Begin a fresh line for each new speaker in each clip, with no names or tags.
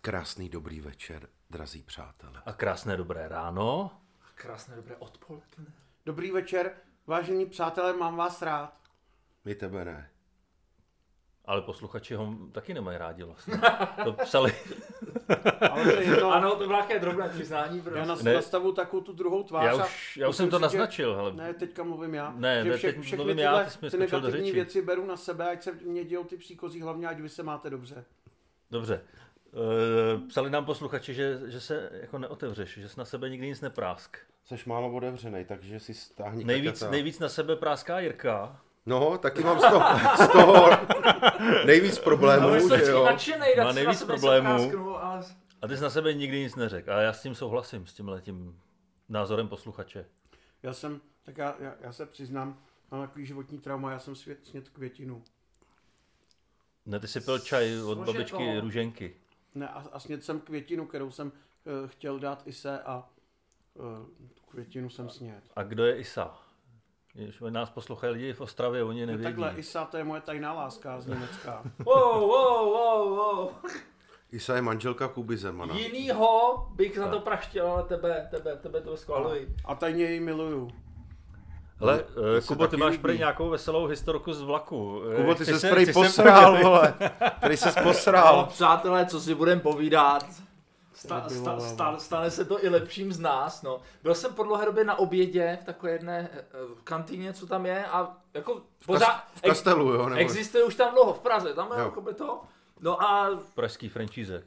Krásný dobrý večer, drazí přátelé.
A krásné dobré ráno.
Krásné dobré odpoledne.
Dobrý večer, vážení přátelé, mám vás rád.
My tebe ne.
Ale posluchači ho taky nemají rádi vlastně. To psali.
Ale to je jedno,
Ano, to bylo nějaké drobné přiznání. Prostě.
já nas,
ne.
nastavu takovou tu druhou tvář.
Já
a
už- já už jsem
myslím
to
si, že-
naznačil, hele.
Ne, teďka mluvím já.
Ne, ne,
že
teď
všechny
mluvím já,
tyhle,
ty jsi mi
ty
skočil do
negativní
řeči.
věci beru na sebe, ať se mě dějou ty příkozí, hlavně ať vy se máte dobře.
Dobře. E, Psali nám posluchači, že, že se jako neotevřeš, že jsi na sebe nikdy nic neprásk.
Seš málo otevřenej, takže si stáhni
Nejvíc,
kaťata.
nejvíc na sebe práská Jirka.
No, taky mám z toho, z toho nejvíc problémů,
Ale jsem
že jo.
nadšenej,
Má
dát si na
nejvíc
sebe
problémů.
prásknu, ale...
A ty jsi na sebe nikdy nic neřekl. A já s tím souhlasím, s tímhle tím názorem posluchače.
Já jsem, tak já, já, já se přiznám, mám takový životní trauma, já jsem svět, snět květinu.
Ne, ty si pil čaj od
Složitoho.
babičky Růženky.
Ne, a, a snět jsem květinu, kterou jsem uh, chtěl dát Ise a uh, květinu jsem snět.
A kdo je Isa? Jež nás poslouchají lidi v Ostravě, oni
No
nevědí.
takhle, Isa, to je moje tajná láska z Německa.
Wow, wow, wow, wow.
Isa je manželka Kuby Zemana.
Jinýho bych na to praštil, ale tebe, tebe, tebe to schvaluji.
A tajně ji miluju.
Hele, eh,
se
Kubo, ty
taky
máš
líbí.
prej nějakou veselou historku z vlaku. Eh,
Kubo, ty
chceš
se
se-
prej
chceš se
posrál,
podělit?
vole. Prej se
Ale
posrál.
přátelé, co si budem povídat? Sta,
Tebe
sta,
vyvolávám.
sta, stane se to i lepším z nás, no. Byl jsem po dlouhé době na obědě v takové jedné eh, eh, kantýně, co tam je a jako pořád...
V kastelu, jo? Nebo...
Existuje už tam dlouho v Praze, tam je
Jo.
jako by to. No a
Pražský franšízek.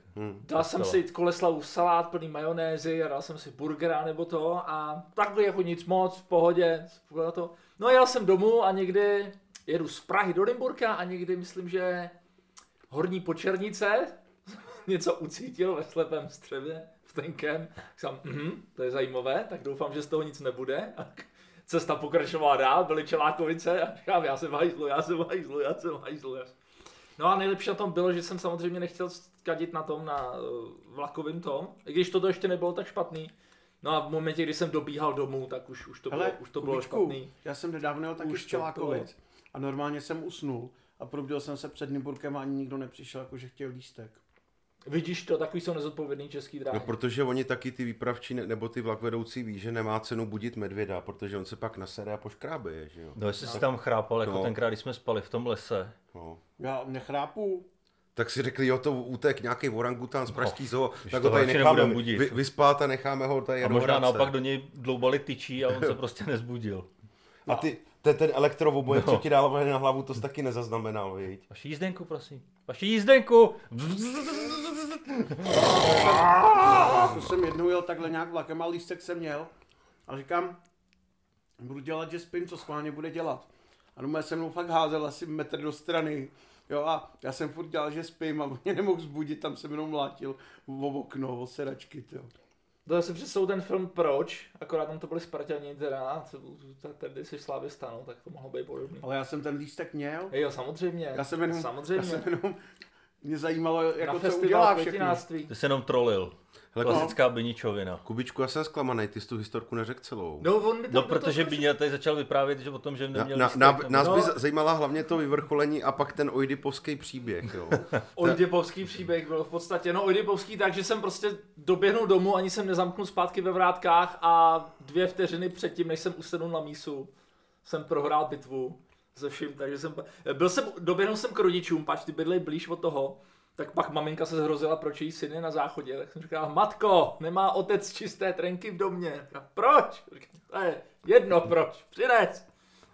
dal jsem si koleslavu salát plný majonézy a dal jsem si burgera nebo to a takhle jako nic moc, v pohodě, bylo to. No a jel jsem domů a někdy jedu z Prahy do Limburka a někdy myslím, že horní počernice něco ucítil ve slepém střevě, v tenkém. Tak jsem, mhm, to je zajímavé, tak doufám, že z toho nic nebude. A k- cesta pokračovala dál, byly čelákovice a říkám, já jsem hajzlu, já jsem hajzlu, já jsem hajzlu. Já jsem... No a nejlepší na tom bylo, že jsem samozřejmě nechtěl kadit na tom, na eh, vlakovým tom, i když toto ještě nebylo tak špatný. No a v momentě, kdy jsem dobíhal domů, tak už, už to bylo, už to bylo
Kubičku,
špatný.
Já jsem nedávno jel taky
Už
z
to bylo.
Čelákovic a normálně jsem usnul a probudil jsem se před Nymburkem a ani nikdo nepřišel, jakože chtěl lístek.
Vidíš to, takový jsou nezodpovědný český dráhy.
No, protože oni taky ty výpravčí ne- nebo ty vlakvedoucí ví, že nemá cenu budit medvěda, protože on se pak nasere a poškrábe, že jo.
No jestli jsi tam chrápal, jako
No.
tenkrát, když jsme spali v tom lese.
No.
Já nechrápu.
Tak si řekli, jo, to utek nějaký orangután z Pražský zoo, tak
to
ho tady
radši
necháme
nebudem budit.
vy, vyspát a necháme ho tady
A
jenom
možná
hrát se.
naopak do něj dloubali tyčí a on se prostě nezbudil.
A ty, ten, ten elektrovoboj, no. co ti dál na hlavu, to jsi taky nezaznamenal, viď?
Vaši jízdenku, prosím. Vaši jízdenku!
To jsem jednou jel takhle nějak vlakem a lístek jsem měl a říkám, budu dělat, že spím, co schválně bude dělat. A doma se mnou fakt házel asi metr do strany. Jo a já jsem furt dělal, že spím a on mě nemohl zbudit, tam se mnou mlátil o okno, o sedačky, tyjo.
To jsem přesou ten film Proč, akorát tam to byli Spartani teda, co- t- tady si Slávě stanou, no, tak to mohlo být podobný.
Ale já jsem ten lístek měl.
Jo, samozřejmě,
Já jsem jenom,
samozřejmě.
Já jsem jenom mě zajímalo,
na
jako co udělá
festival
všechno.
květináctví.
Ty se jenom trolil.
Hele, no.
Klasická biničovina.
Kubičku, já jsem zklamaný, ty jsi tu historku neřekl celou.
No, on mi tam
No
do toho
protože
skočil.
Bíňa tady začal vyprávět, že o tom, že
Na,
neměl
na,
lístek,
na,
nebo-
nás by
No.
za- zajímala hlavně to vyvrcholení a pak ten oidipovský příběh, jo.
Oidipovský příběh byl v podstatě, no Oidipovský, takže jsem prostě doběhnul domů, ani jsem nezamknul zpátky ve vrátkách a dvě vteřiny předtím, než jsem usedl na mísu, jsem prohrál bitvu se vším, takže jsem, byl jsem, doběhnul jsem k rodičům, pač ty bydlej blíž od toho, tak pak maminka se zhrozila, proč její syn je na záchodě, tak jsem říkal, matko, nemá otec čisté trenky v domě, říká, proč? Říkám, to je jedno proč, přines.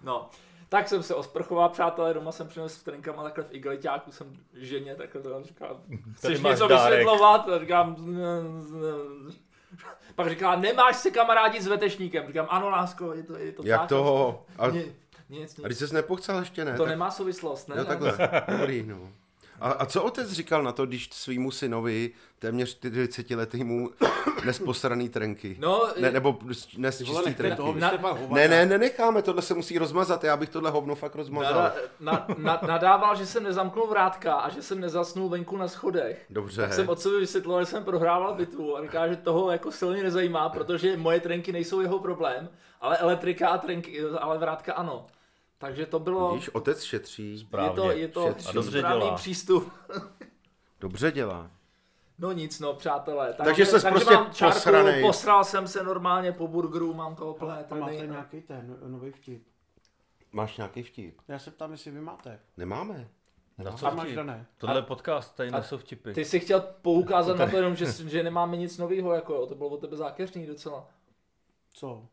No, tak jsem se osprchoval, přátelé, doma jsem přinesl s trenkama takhle v igeliťáku, jsem ženě takhle to říkal, chceš
máš
něco
dárek."
vysvětlovat? A říkám, "Ne, ne." pak říká, nemáš se kamarádi s vetešníkem. Říkám, ano, lásko, je to, je to
Jak
tak.
toho? A,
Ni- Nic,
a
nic.
když jsi nepochcel ještě, ne?
To
tak-
nemá souvislost, ne?
Jo, takhle. Dobrý, no. A, a co otec říkal na to, když svýmu synovi, téměř 40-letýmu, nesposraný trenky?
No,
ne, nebo nes-
Vole,
nesčistý
nechte
trenky?
toho, vy
Na-
jste fakt hovada.
Ne, ne, nenecháme, tohle se musí rozmazat, já bych tohle hovno fakt rozmazal.
Nada, na, na, nadával, že jsem nezamknul vrátka a že jsem nezasnul venku na schodech.
Dobře.
Tak jsem od sebe vysvětloval, že jsem prohrával bitvu a říká, že toho jako silně nezajímá, protože moje trenky nejsou jeho problém, ale elektrika a trenky, ale vrátka ano. Takže to bylo,
Víš, otec šetří,
je to,
Správně.
je to
šetří. A
dobře
správný
dělá.
přístup.
dobře dělá.
No nic, no, přátelé. Tak,
Takže ses prostě posranej.
posral jsem se normálně po burgeru, mám toho plné
A máte
trny.
nějaký ten nový vtip.
Máš nějaký vtip?
Já se ptám, jestli vy máte.
Nemáme.
Na
A
co
máš
vtip?
dané.
Tohle je podcast, tady nejsou vtipy.
Ty jsi chtěl poukázat na to jenom, že, že nemáme nic nového, jako jo, to bylo od tebe zákeřný docela.
Co?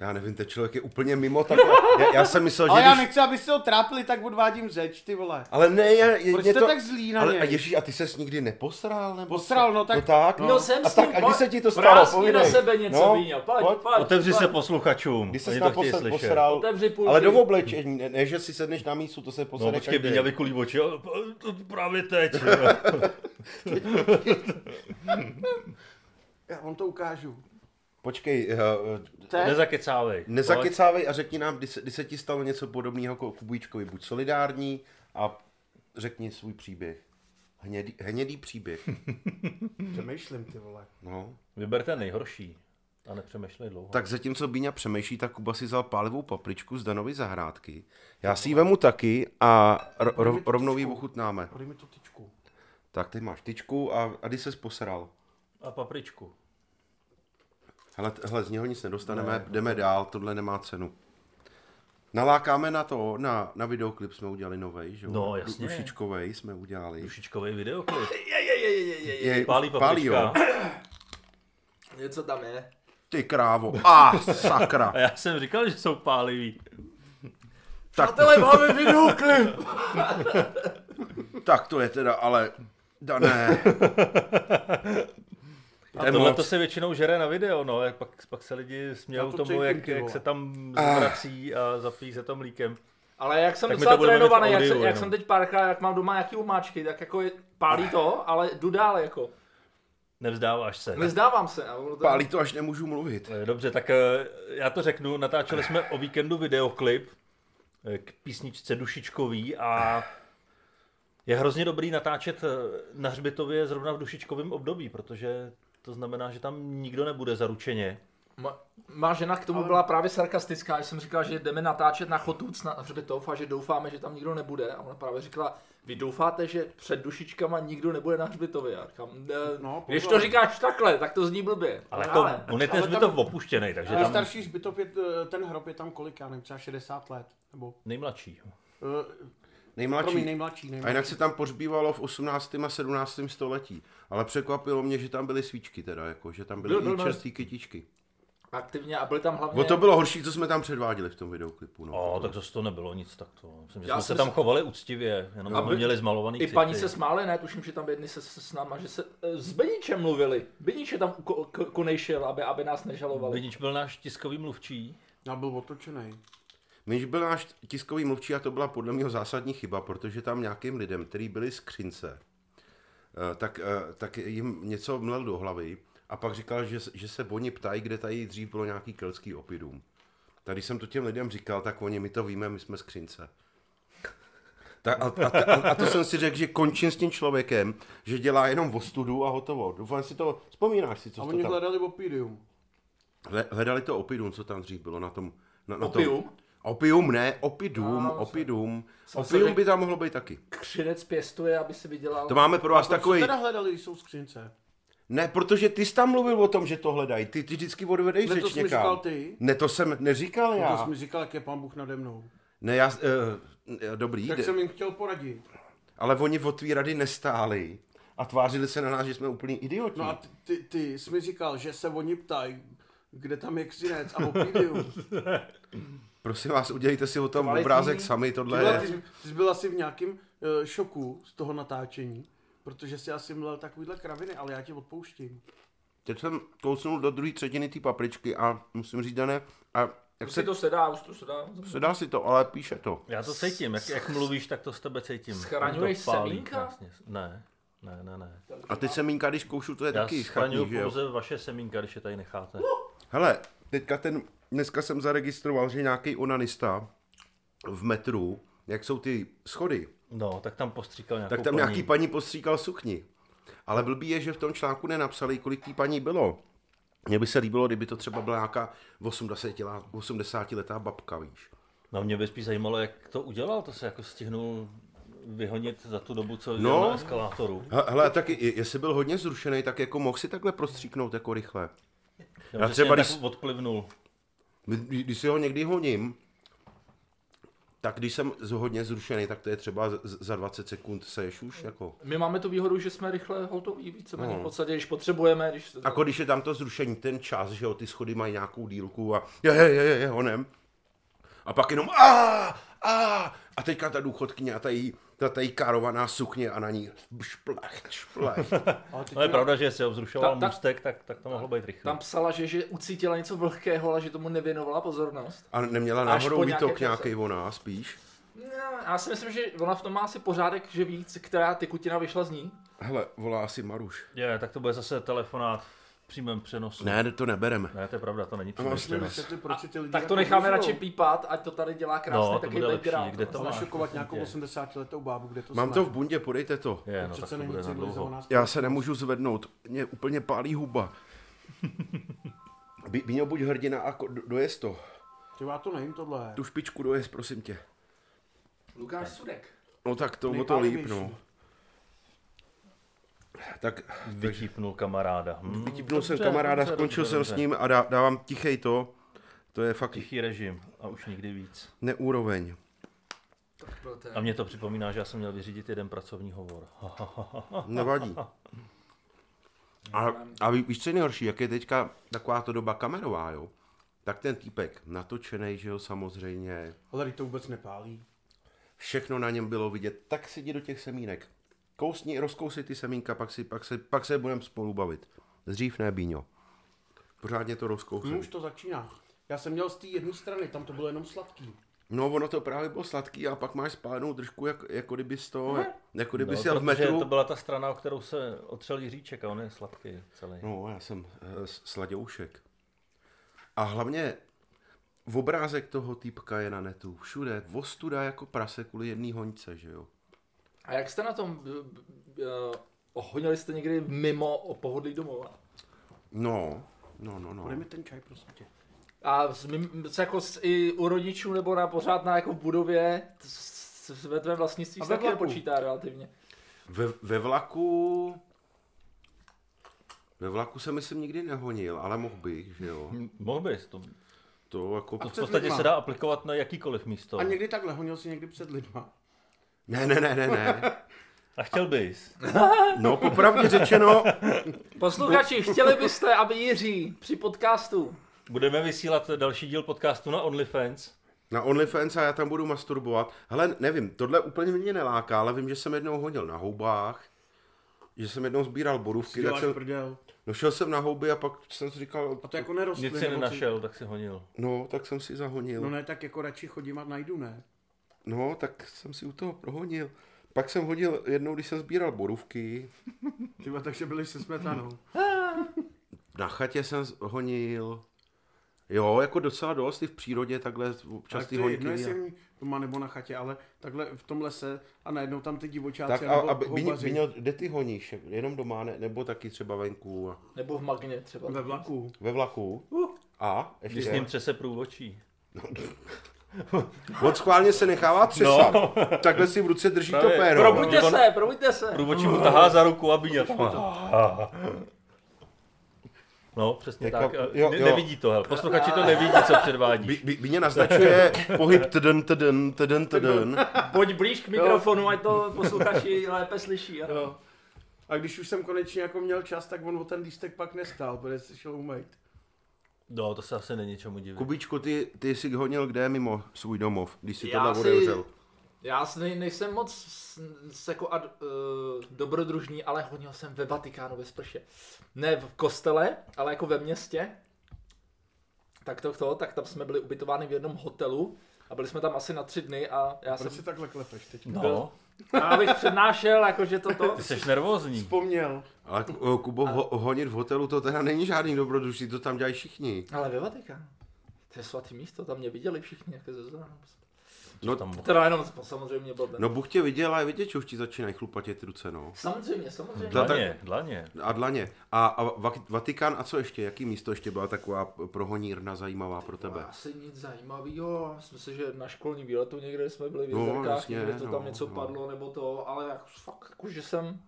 Já nevím, ten člověk je úplně mimo tak. Já, já jsem myslel, že
Ale já
když...
nechci, abyste ho trápili, tak odvádím řeč, ty vole.
Ale ne, je, je,
Proč
mě
jste
to...
tak zlí na
ale,
něj?
a Ježíš, a ty ses nikdy neposral? Nebo
Posral, no tak-
No tak,
No, jsem
a
s
tak,
tím,
a kdy
pojď.
se ti to stalo?
Vrásni
Povídej.
na sebe něco,
no,
no, Víňo, pojď,
pojď.
pojď,
Otevři
pojď.
se posluchačům,
Kdy
oni
se
to
na
chtějí
posel
slyšet.
posral?
Otevři půlky.
Ale do oblečení, ne, ne, že si sedneš na místu, to se posere
No počkej,
každý.
mě vykulí oči, jo, to právě teď.
Já vám to ukážu.
Počkej, eh,
To je...
Nezakecávej.
nezakecávej a řekni nám, kdy se, kdy se ti stalo něco podobného jako Kubíčkovi. Buď solidární a řekni svůj příběh. Hnědý, hnědý příběh.
Hm.
Přemýšlím, ty vole.
No.
Vyberte nejhorší a nepřemýšlej dlouho.
Tak zatímco Bíňa přemýšlí, tak Kuba si vzal pálivou papričku z Danovy zahrádky. Já si ji vemu taky a ro- ro- rovnou ji ochutnáme.
Podej mi tu tyčku.
Tak ty máš tyčku a, a kdy ses posral.
A papričku.
Hele, t- hele, z něho nic nedostaneme, ne, jdeme dál, tohle nemá cenu. Nalákáme na to, na, na videoklip jsme udělali novej, že jo?
No, jasně.
Dušičkovej jsme udělali.
Dušičkovej videoklip.
Je,
Pálí paprička.
jo.
Něco tam je.
Ty krávo, a ah, sakra.
A já jsem říkal, že jsou pálivý.
Přátelé, máme videoklip!
Tak to je teda, ale, dané.
A tohle to se většinou žere na video, no, jak pak, pak se lidi
Já
smějou
to
tomu,
cítím,
jak,
ty
jak
vole.
se tam zvrací a zapíjí se tam líkem.
Ale jak jsem
Tak my
docela
to budeme mít v
trénovaný, jak,
audiu
jsem, jak
jenom.
jsem teď párkrát, jak mám doma nějaký umáčky, tak jako je, pálí to, ale jdu dál jako.
Nevzdáváš se.
Nezdávám se. A ono to-
Pálí to, až nemůžu mluvit.
Dobře, tak eh, já to řeknu, natáčeli jsme o víkendu videoklip eh, k písničce Dušičkový a je hrozně dobrý natáčet eh, na Hřbitově zrovna v Dušičkovém období, protože to znamená, že tam nikdo nebude zaručeně.
Ma, má žena k tomu byla právě sarkastická, že jsem říkal, že jdeme natáčet na Chotuc na hřbitov a že doufáme, že tam nikdo nebude. A ona právě říkala, vy doufáte, že před dušičkama nikdo nebude na hřbitově. Já říkám, ne,
No,
když
pozor.
to říkáš takhle, tak to zní blbě.
Ale
No,
jako, on je ten
ale tam-
Hřbitov opuštěný, takže
Ale
tam
starší zbytov je, eh, ten hrob je tam kolik, já nevím, třeba 60 let. Nebo,
nejmladší.
uh, promiň,
Nejmladší.
nejmladší,
A
nejmladší.
jinak se tam pohřbívalo v 18. a 17. století. Ale překvapilo mě, že tam byly svíčky teda, jako, že tam byly
Byl- byl-
i
byl.
čerství kytičky.
Aktivně a byli tam hlavně...
O to bylo horší, co jsme tam předváděli v tom videoklipu. No.
O, tak zase to nebylo nic takto. Myslím, že
Já
jsme
jsem
se tam
si-
chovali úctivě, jenom
No,
jsme
aby-
měli zmalovaný
I
ksichty.
paní se smály, ne? Tuším, že tam jedny se, se s náma, že se eh, s Beníčem mluvili. Beníč je tam ko- ko- konejšil, aby, aby nás nežalovali.
Vidič byl náš tiskový mluvčí.
Já byl otočený.
Myž byl náš tiskový mluvčí a to byla podle mě zásadní chyba, protože tam nějakým lidem, který byli skřince, eh, tak, eh, tak jim něco mlel do hlavy a pak říkal, že, že se oni ptají, kde tady dřív bylo nějaký keltský opidum. Tady jsem to těm lidem říkal, tak oni, my to víme, my jsme skřince. Tak a, a, a, a to jsem si řekl, že končím s tím člověkem, že dělá jenom ostudu a hotovo. Doufám, si to vzpomínáš si, co
A
jsi to
oni
tam...
hledali opidium.
Hle- Hledali to opidum, co tam dřív bylo na tom... Na, na Tom.
Opium?
Opium ne,
No,
opidum, opidum. Opium
řek-
by tam mohlo být taky.
Křinec pěstuje, aby si vydělal...
To máme pro vás takový...
Takový. No, Co teda hledali, když jsou skřince?
Ne, protože ty jsi tam mluvil o tom, že to hledají. Ty, ty vždycky odvedeš
Ne, to
řeč
jsi mi
někam.
říkal ty.
Ne, to jsem neříkal
Já. To
já.
jsi mi říkal, jak je pán Bůh nade mnou.
Ne, já... Uh, dobrý,
Tak
jde.
jsem jim chtěl poradit.
ale oni od tvý rady nestáli a tvářili se na nás, že jsme úplní idioti.
No a ty, ty, ty jsi mi říkal, že se oni ptají, kde tam je křinec a opidium.
Prosím vás, udělejte si o tom
Kvalitní.
obrázek sami, tohle
Tyhle, ty,
je...
jsi- ty jsi byl asi v nějakém uh, šoku z toho natáčení, protože si asi mlel takovýhle kraviny, ale já ti odpouštím.
Teď jsem kousnul do druhé třetiny té papričky a musím říct, Dané, a jak
Už si
se...
to sedá, už to sedá.
Sedá si to, ale píše to.
Já to cítím, jak, jak mluvíš, tak to z tebe cítím.
Schraňuješ
To pálí
semínka?
krásně. Ne, ne, ne, ne.
A ty semínka, když koušu, to je
Já
taky
schraňuju
špatný, že jo?
pouze vaše semínka, když je tady necháte.
Hele, teďka ten, dneska jsem zaregistroval, že nějaký onanista v metru, jak jsou ty schody,
No, tak tam postříkal nějakou
tak tam
paní.
nějaký paní postříkal sukni. Ale blbý je, že v tom článku nenapsali, kolik té paní bylo. Mně by se líbilo, kdyby to třeba byla nějaká 80 letá, 80 letá babka, víš.
No mě by spíš zajímalo, jak to udělal, to se jako stihnul vyhonit za tu dobu, co
No.
no. na eskalátoru.
He- Hele, tak i- jestli byl hodně zrušený, tak jako mohl si takhle prostříknout jako rychle.
Já,
Já třeba
že třeba
když-
tak odplivnul.
Kdy- Když si ho někdy honím, tak když jsem z- hodně zrušený, tak to je třeba z- za 20 sekund seš už jako.
My máme tu výhodu, že jsme rychle hotoví, víceméně
No.
Hmm.
v podstatě, když potřebujeme, když...
Jako-
Ako když je tam to zrušení, ten čas, že jo, ty schody mají nějakou dílku a je, je, je, je, je honem. A pak jenom a, a, a teďka ta důchodkyně a ta její, ta, ta její károvaná sukně a na ní šplech, šplech.
Ale teď
No je
mi-
pravda, že se obzrušoval
Ta- ta-
můstek, tak, tak to mohlo být rychle.
Tam psala, že, že ucítila něco vlhkého, ale že tomu nevěnovala pozornost.
A neměla
Až
náhodou
po nějaké
výtok
čase.
nějaký o nás, spíš.
No, já si myslím, že ona v tom má asi pořádek, že ví, c- která tekutina vyšla z ní.
Hele, volá asi Maruš.
Je, tak to bude zase telefonát v přímém přenosu.
Ne, vlastně to nebereme.
Ne, to je pravda, to není
mám
přímý
s
mi
ním-
přenos.
vysvětli, proč si ty lidi
Tak to
jako
necháme
můžou
radši No, pípat, ať to tady dělá krásný
No, to
takový
bude lepší,
background.
kde to máš?
Našokovat nějakou
Je.
80 letou bábu, kde to
Mám
jsme.
to v bundě, podejte to.
Je, no tak
Přece
to
není
bude na dlouho.
civilizovaná společnost.
Já se nemůžu zvednout, mě úplně pálí huba. By, Bíňo, buď hrdina a ko, do- dojez to.
Ty, já to nevím tohle.
Tu špičku dojez, prosím tě.
Lukáš Sudek.
No tak to o to líp,
Nejpálivější.
no. Tak
Vytípnul kamaráda. Hm?
vytipnul jsem
dobře,
kamaráda,
dobře,
skončil
dobře,
jsem
dobře.
s ním a dá, dávám tichej to. To je fakt
Tichý režim a už nikdy víc.
neúroveň.
Tak byl ten.
A mě to připomíná, že já jsem měl vyřídit jeden pracovní hovor.
Nevadí. A, a ví- víš, co je nejhorší, jak je teďka taková to doba kamerová, jo? Tak ten týpek natočený, že jo, samozřejmě.
Ale teď to vůbec nepálí.
Všechno na něm bylo vidět. Tak si jdi do těch semínek. Kousni, rozkousni ty semínka, pak, si, pak, se, pak se budeme spolu bavit. Dřív ne, Bíňo. Pořádně to
Hm,
Hmm.
rozkousni.
už to začíná. Já jsem měl z té jedné strany, tam to bylo jenom sladký.
No, ono to právě bylo sladký a pak máš spálenou držku, jak, jako kdyby z toho, jako kdyby
No,
si jel v
protože
metru.
To byla ta strana, o kterou se otřel Jiříček a on je sladký celý.
No, já jsem eh, s- sladěušek. A hlavně v obrázek toho týpka je na netu. Všude. Vostuda jako prase kvůli jedný hoňce, že jo?
A jak jste na tom? B- b- eh, Honili jste někdy mimo o pohodlí domova?
No, no, no, no.
Bude mi ten čaj, prosím tě.
A s mým- s jako s, i u rodičů nebo na pořád na jako v budově s- s- ve tvém vlastnictví
A
se
ve
taky
vlaku.
nepočítá relativně.
Ve, ve vlaku... Ve vlaku se myslím nikdy nehonil, ale mohl bych, že jo.
Hm, Mohl bys, to,
To jako...
to v
před
podstatě
lidma.
se dá aplikovat na jakýkoliv místo.
A někdy takhle, honil si někdy před lidma.
Ne, ne, ne, ne, ne.
A chtěl bys.
No, popravdě řečeno,
Posluchači, chtěli byste, aby Jiří při podcastu
Budeme vysílat další díl podcastu na OnlyFans.
na OnlyFans a já tam budu masturbovat. Hele, nevím, tohle úplně mě neláká, ale vím, že jsem jednou honil na houbách, že jsem jednou sbíral borůvky, tak
Děláš
jsem,
prdel.
no šel jsem na houby a pak jsem si říkal,
A to jako nerostly.
Nic si
nebo co?
nenašel, tak si honil.
no, tak jsem si
No
zahonil.
ne, tak jako radši chodím a najdu, ne?
No, tak jsem si u toho prohonil. Pak jsem hodil jednou, když jsem sbíral borůvky,
Tyba, takže byli se
Hmm.
smetanou.
Na chatě jsem z- honil. Jo, jako docela dost, i v přírodě takhle občas
Tak to
ty
je jedno,
honky.
no, jestli jen doma nebo na chatě, ale takhle v tom lese a najednou tam ty divočáci
Tak a,
nebo
a Bíňo,
houbaři
Bíňo, kde ty honíš? Jenom doma, ne, nebo taky třeba venku? a-
nebo v Magně třeba.
ve vlaku.
Ve vlaku?
Uh.
A? Ještě?
Když s ním třese průvočí.
On schválně se nechává třesat. No. Takhle si v ruce drží
Právě.
to péro.
Probuď-
Probuďte
On-
se, probuďte se.
Průvočí mu tahá za ruku a bíňa. No, přesně
Teďka-
tak. tak.
jo,
Jo, ne,
jo.
nevidí to, hele. Posluchači to nevidí, co
Bí-
předvádíš.
Bí- Bíňa naznačuje pohyb tdn, tdn, tdn, tdn.
Pojď blíž k mikrofonu, ať to posluchači lépe slyší. ano.
Jo. A když už jsem konečně jako měl čas, tak on o ten lístek pak nestál, protože se šel umýt.
No, to se asi není čemu divit.
Kubičku, ty, ty jsi honil kde mimo svůj domov, když jsi
Já
tohle
si-
odevřel?
Já s- nej, nejsem moc s, s jako ad, uh, dobrodružný, ale honil jsem ve Vatikánu ve sprše. Ne v kostele, ale jako ve městě. Tak to, to, tak tam jsme byli ubytováni v jednom hotelu a byli jsme tam asi na tři dny a já jsem
Proč si takhle klepeš teď?
No,
já bych přednášel, jakože toto.
ty jsi nervózní.
Vzpomněl.
Ale Ku- Kubo, ho, honit v hotelu to teda není žádný dobrodružství, to tam dělají všichni.
Ale ve Vatikánu. To je svatý místo, tam mě viděli všichni, jak ze zranu.
co
No,
tam mohlo.
jako Teda jenom po- samozřejmě blbem.
No Bůh tě viděl a je vidět, že už ti začínají chlupatět ruce, no.
Samozřejmě, samozřejmě.
Ta-
Dlaně, dlaně.
A dlaně. A, a Va- Vatikán, a co ještě? Jaký místo ještě byla taková prohonírna zajímavá pro tebe?
No, Asi nic zajímavého. Myslím si, že na školním výletu někde jsme byli v
No,
Jezerkách,
jasně,
někde to tam
no,
něco
no.
padlo nebo to, ale jak, fakt, jako, že jsem...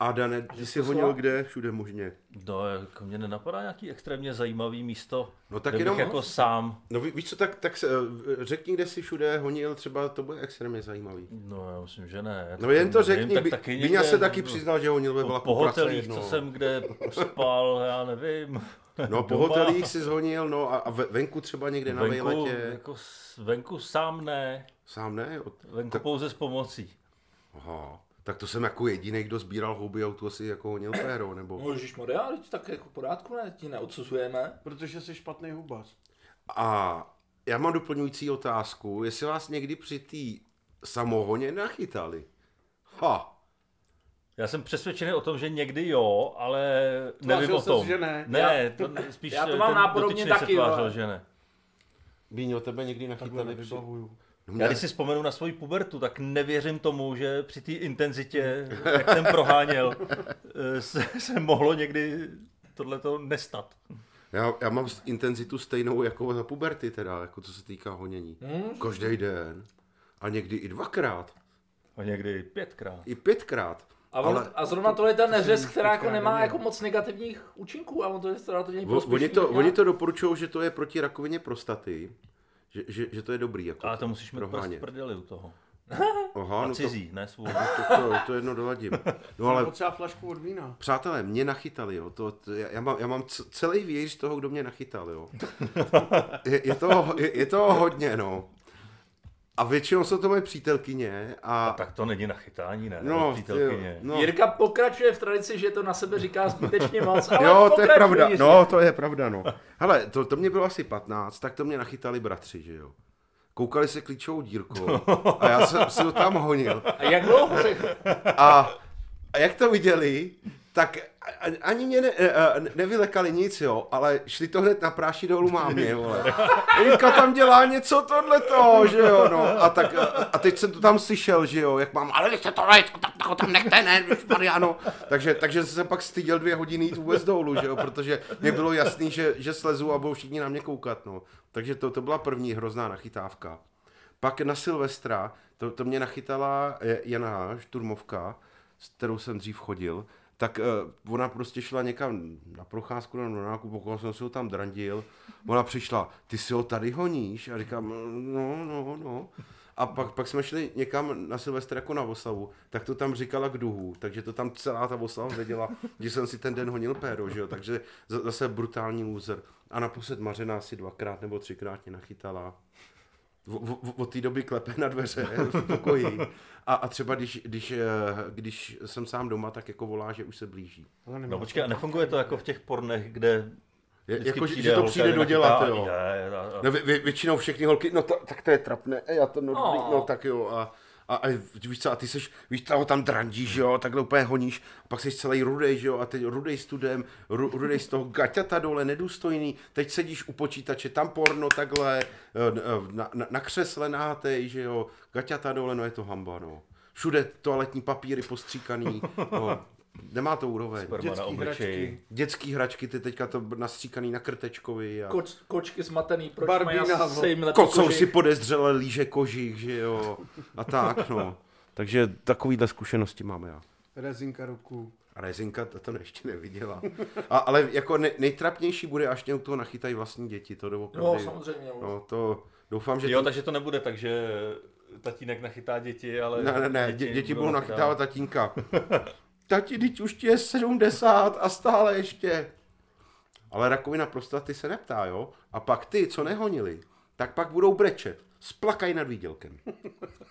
A Dane, ty
že
jsi
jsi
honil
slova?
kde? Všude možně.
No, jako mě nenapadá nějaký extrémně zajímavý místo,
No tak
kde
jenom-
bych jako sám,
No ví, víš co, tak, tak se, eh, řekni, kde jsi všude honil, třeba to bude extrémně zajímavý.
no já myslím, že ne.
No jen to
Nevím,
řekni,
tak
By-
taky
Byňa
někde-
se taky přiznal, že honil ve
po,
vlaku
po hotelích,
prací,
co
no.
jsem kde spal, já nevím.
No po
Doma.
hotelích jsi zhonil, no a, a ve- venku třeba někde na
venku,
vejletě.
jako s- venku sám ne,
Sám ne? jo?
venku
Tak,
pouze s pomocí.
aha. tak to jsem jako jediný, kdo sbíral houby a tu asi jako honil péro, nebo...
No ježišmarja, teď tak jako porádku ne, ti neodsuzujeme.
Protože jsi špatný hubař.
A já mám doplňující otázku, jestli vás někdy při té samohoně nachytali. Ha!
Já jsem přesvědčený o tom, že někdy jo, ale nevím
Tvářil
o tom.
ses, že ne.
ne to spíš
já to mám
ten
nápodobně
dotyčný se
taky,
tvářil,
ale-
že ne.
Bíňo, tebe někdy
Takhle
nachytali při...
nevybavuju.
Já když si vzpomenu na svoji pubertu, tak nevěřím tomu, že při té intenzitě, jak jsem proháněl, eh, se, se mohlo někdy tohleto nestat.
Já, já mám s- intenzitu stejnou jako za puberty teda, jako co se týká honění.
Hmm.
Každý den. A někdy i dvakrát.
A někdy pětkrát.
I pětkrát.
A, on,
Ale-
ale, a zrovna to je ten neřez, která jako
teďka
nemá
nevím.
jako moc negativních účinků a on to je relativně
O- Oni
prospěšný,
to,
tak já-
oni to doporučují, že to je proti rakovině prostaty. Že, že, že to je dobrý. Jako
Ale to musíš mít prst v
prohánět.
prdeli u toho.
Aha,
A
no to,
cizí, ne svůj.
to, to, to jedno doladím. No ale
Potřeba flašku od vína.
Přátelé, mě nachytali, jo. To, to, já, já mám, já mám c- celý vějíř toho, kdo mě nachytal, jo. Je, je, toho, je, je toho hodně, no. A většinou jsou to moje přítelkyně a...
Tak to není na chytání, ne?
no,
přítelkyně.
tyjo, no.
Jirka pokračuje v tradici, že to na sebe říká zbytečně moc, ale
Jo, to je
pokračuj,
pravda,
Jiří.
no, to je pravda, no. Hele, to, to mě bylo asi 15, tak to mě nachytali bratři, že jo. Koukali se klíčovou dírkou a já jsem si ho tam honil.
A jak dlouho se...
A, a jak to viděli, tak a- a- ani mě ne, a- nevylekali nic, jo, ale šli to hned na práši dolů mámě, vole. Jirka tam dělá něco tohleto, že jo, no. A, tak, a- a teď jsem to tam slyšel, že jo, jak mám, ale vy jste to ne, tak, tak ho tam nechte, ne, Mariano. Takže, takže jsem se pak styděl dvě hodiny jít vůbec dolů, že jo, protože mě bylo jasný, že, že slezu a budou všichni na mě koukat, no. Takže to, to byla první hrozná nachytávka. Pak na Silvestra, to, to mě nachytala eh, Jana Šturmovka, s kterou jsem dřív chodil, tak eh, ona prostě šla někam na procházku nebo na nákup, pokud jsem si ho tam drandil. Ona přišla, ty si ho tady honíš? A říkám, no, no, no. A pak, pak jsme šli někam na Silvestra jako na Voslavu, tak to tam říkala k duhu, takže to tam celá ta Voslava věděla, že jsem si ten den honil péro, že jo, takže za- zase brutální loser. A naposled Mařena asi dvakrát nebo třikrát mě nachytala v- v- od té doby klepe na dveře v pokoji. A, a třeba když, když, eh, když jsem sám doma, tak jako volá, že už se blíží.
Ale nemá.
No počkej, a nefunguje to jako v těch pornech, kde
Je,
vždycky
jako, že-
přijde
že to
holka,
přijde
jde
dodělat,
nachytá a
jo.
jde a- a-
No, vě, vě, většinou všechny holky, no ta, tak to je trapné, e, já to no, dobrý,
No.
no tak jo. A, a, a víš co, a ty seš, víš, ta ho tam drandíš, že jo, takhle úplně honíš, a pak jsi celý rudej, že jo, a teď rudej studem, ru, rudej z toho gaťata dole, nedůstojný, teď sedíš u počítače, tam porno, takhle, eh, na, na, na křesle nátej, že jo, gaťata dole, no je to hamba, no. Všude toaletní papíry postříkaný, no. Nemá to úroveň.
sperma na
Dětský
obličeji.
hračky.
Dětský hračky, ty teďka to nastříkaný na krtečkovi. A...
Koč, kočky zmatený, proč
Barbie
mají
na-
asi sejmlet
Kocou
koži?
Jako si podezřele líže kožich, že jo, a tak, no. Takže takovýhle zkušenosti mám já.
Rezinka roku.
A Rezinka to, to ještě neviděla. A, ale jako ne, nejtrapnější bude, až mě u toho nachytají vlastní děti, to doopravdy.
No, samozřejmě.
No, to doufám, že...
Jo,
to...
takže to nebude tak, že tatínek nachytá děti, ale...
Ne, ne, ne, dě, děti budou
nachytávat.
nachytávat tatínka. Tati, teď už ti je 70 a stále ještě. Ale rakovina prostaty se neptá, jo? A pak ty, co nehonili, tak pak budou brečet. Splakají nad výdělkem.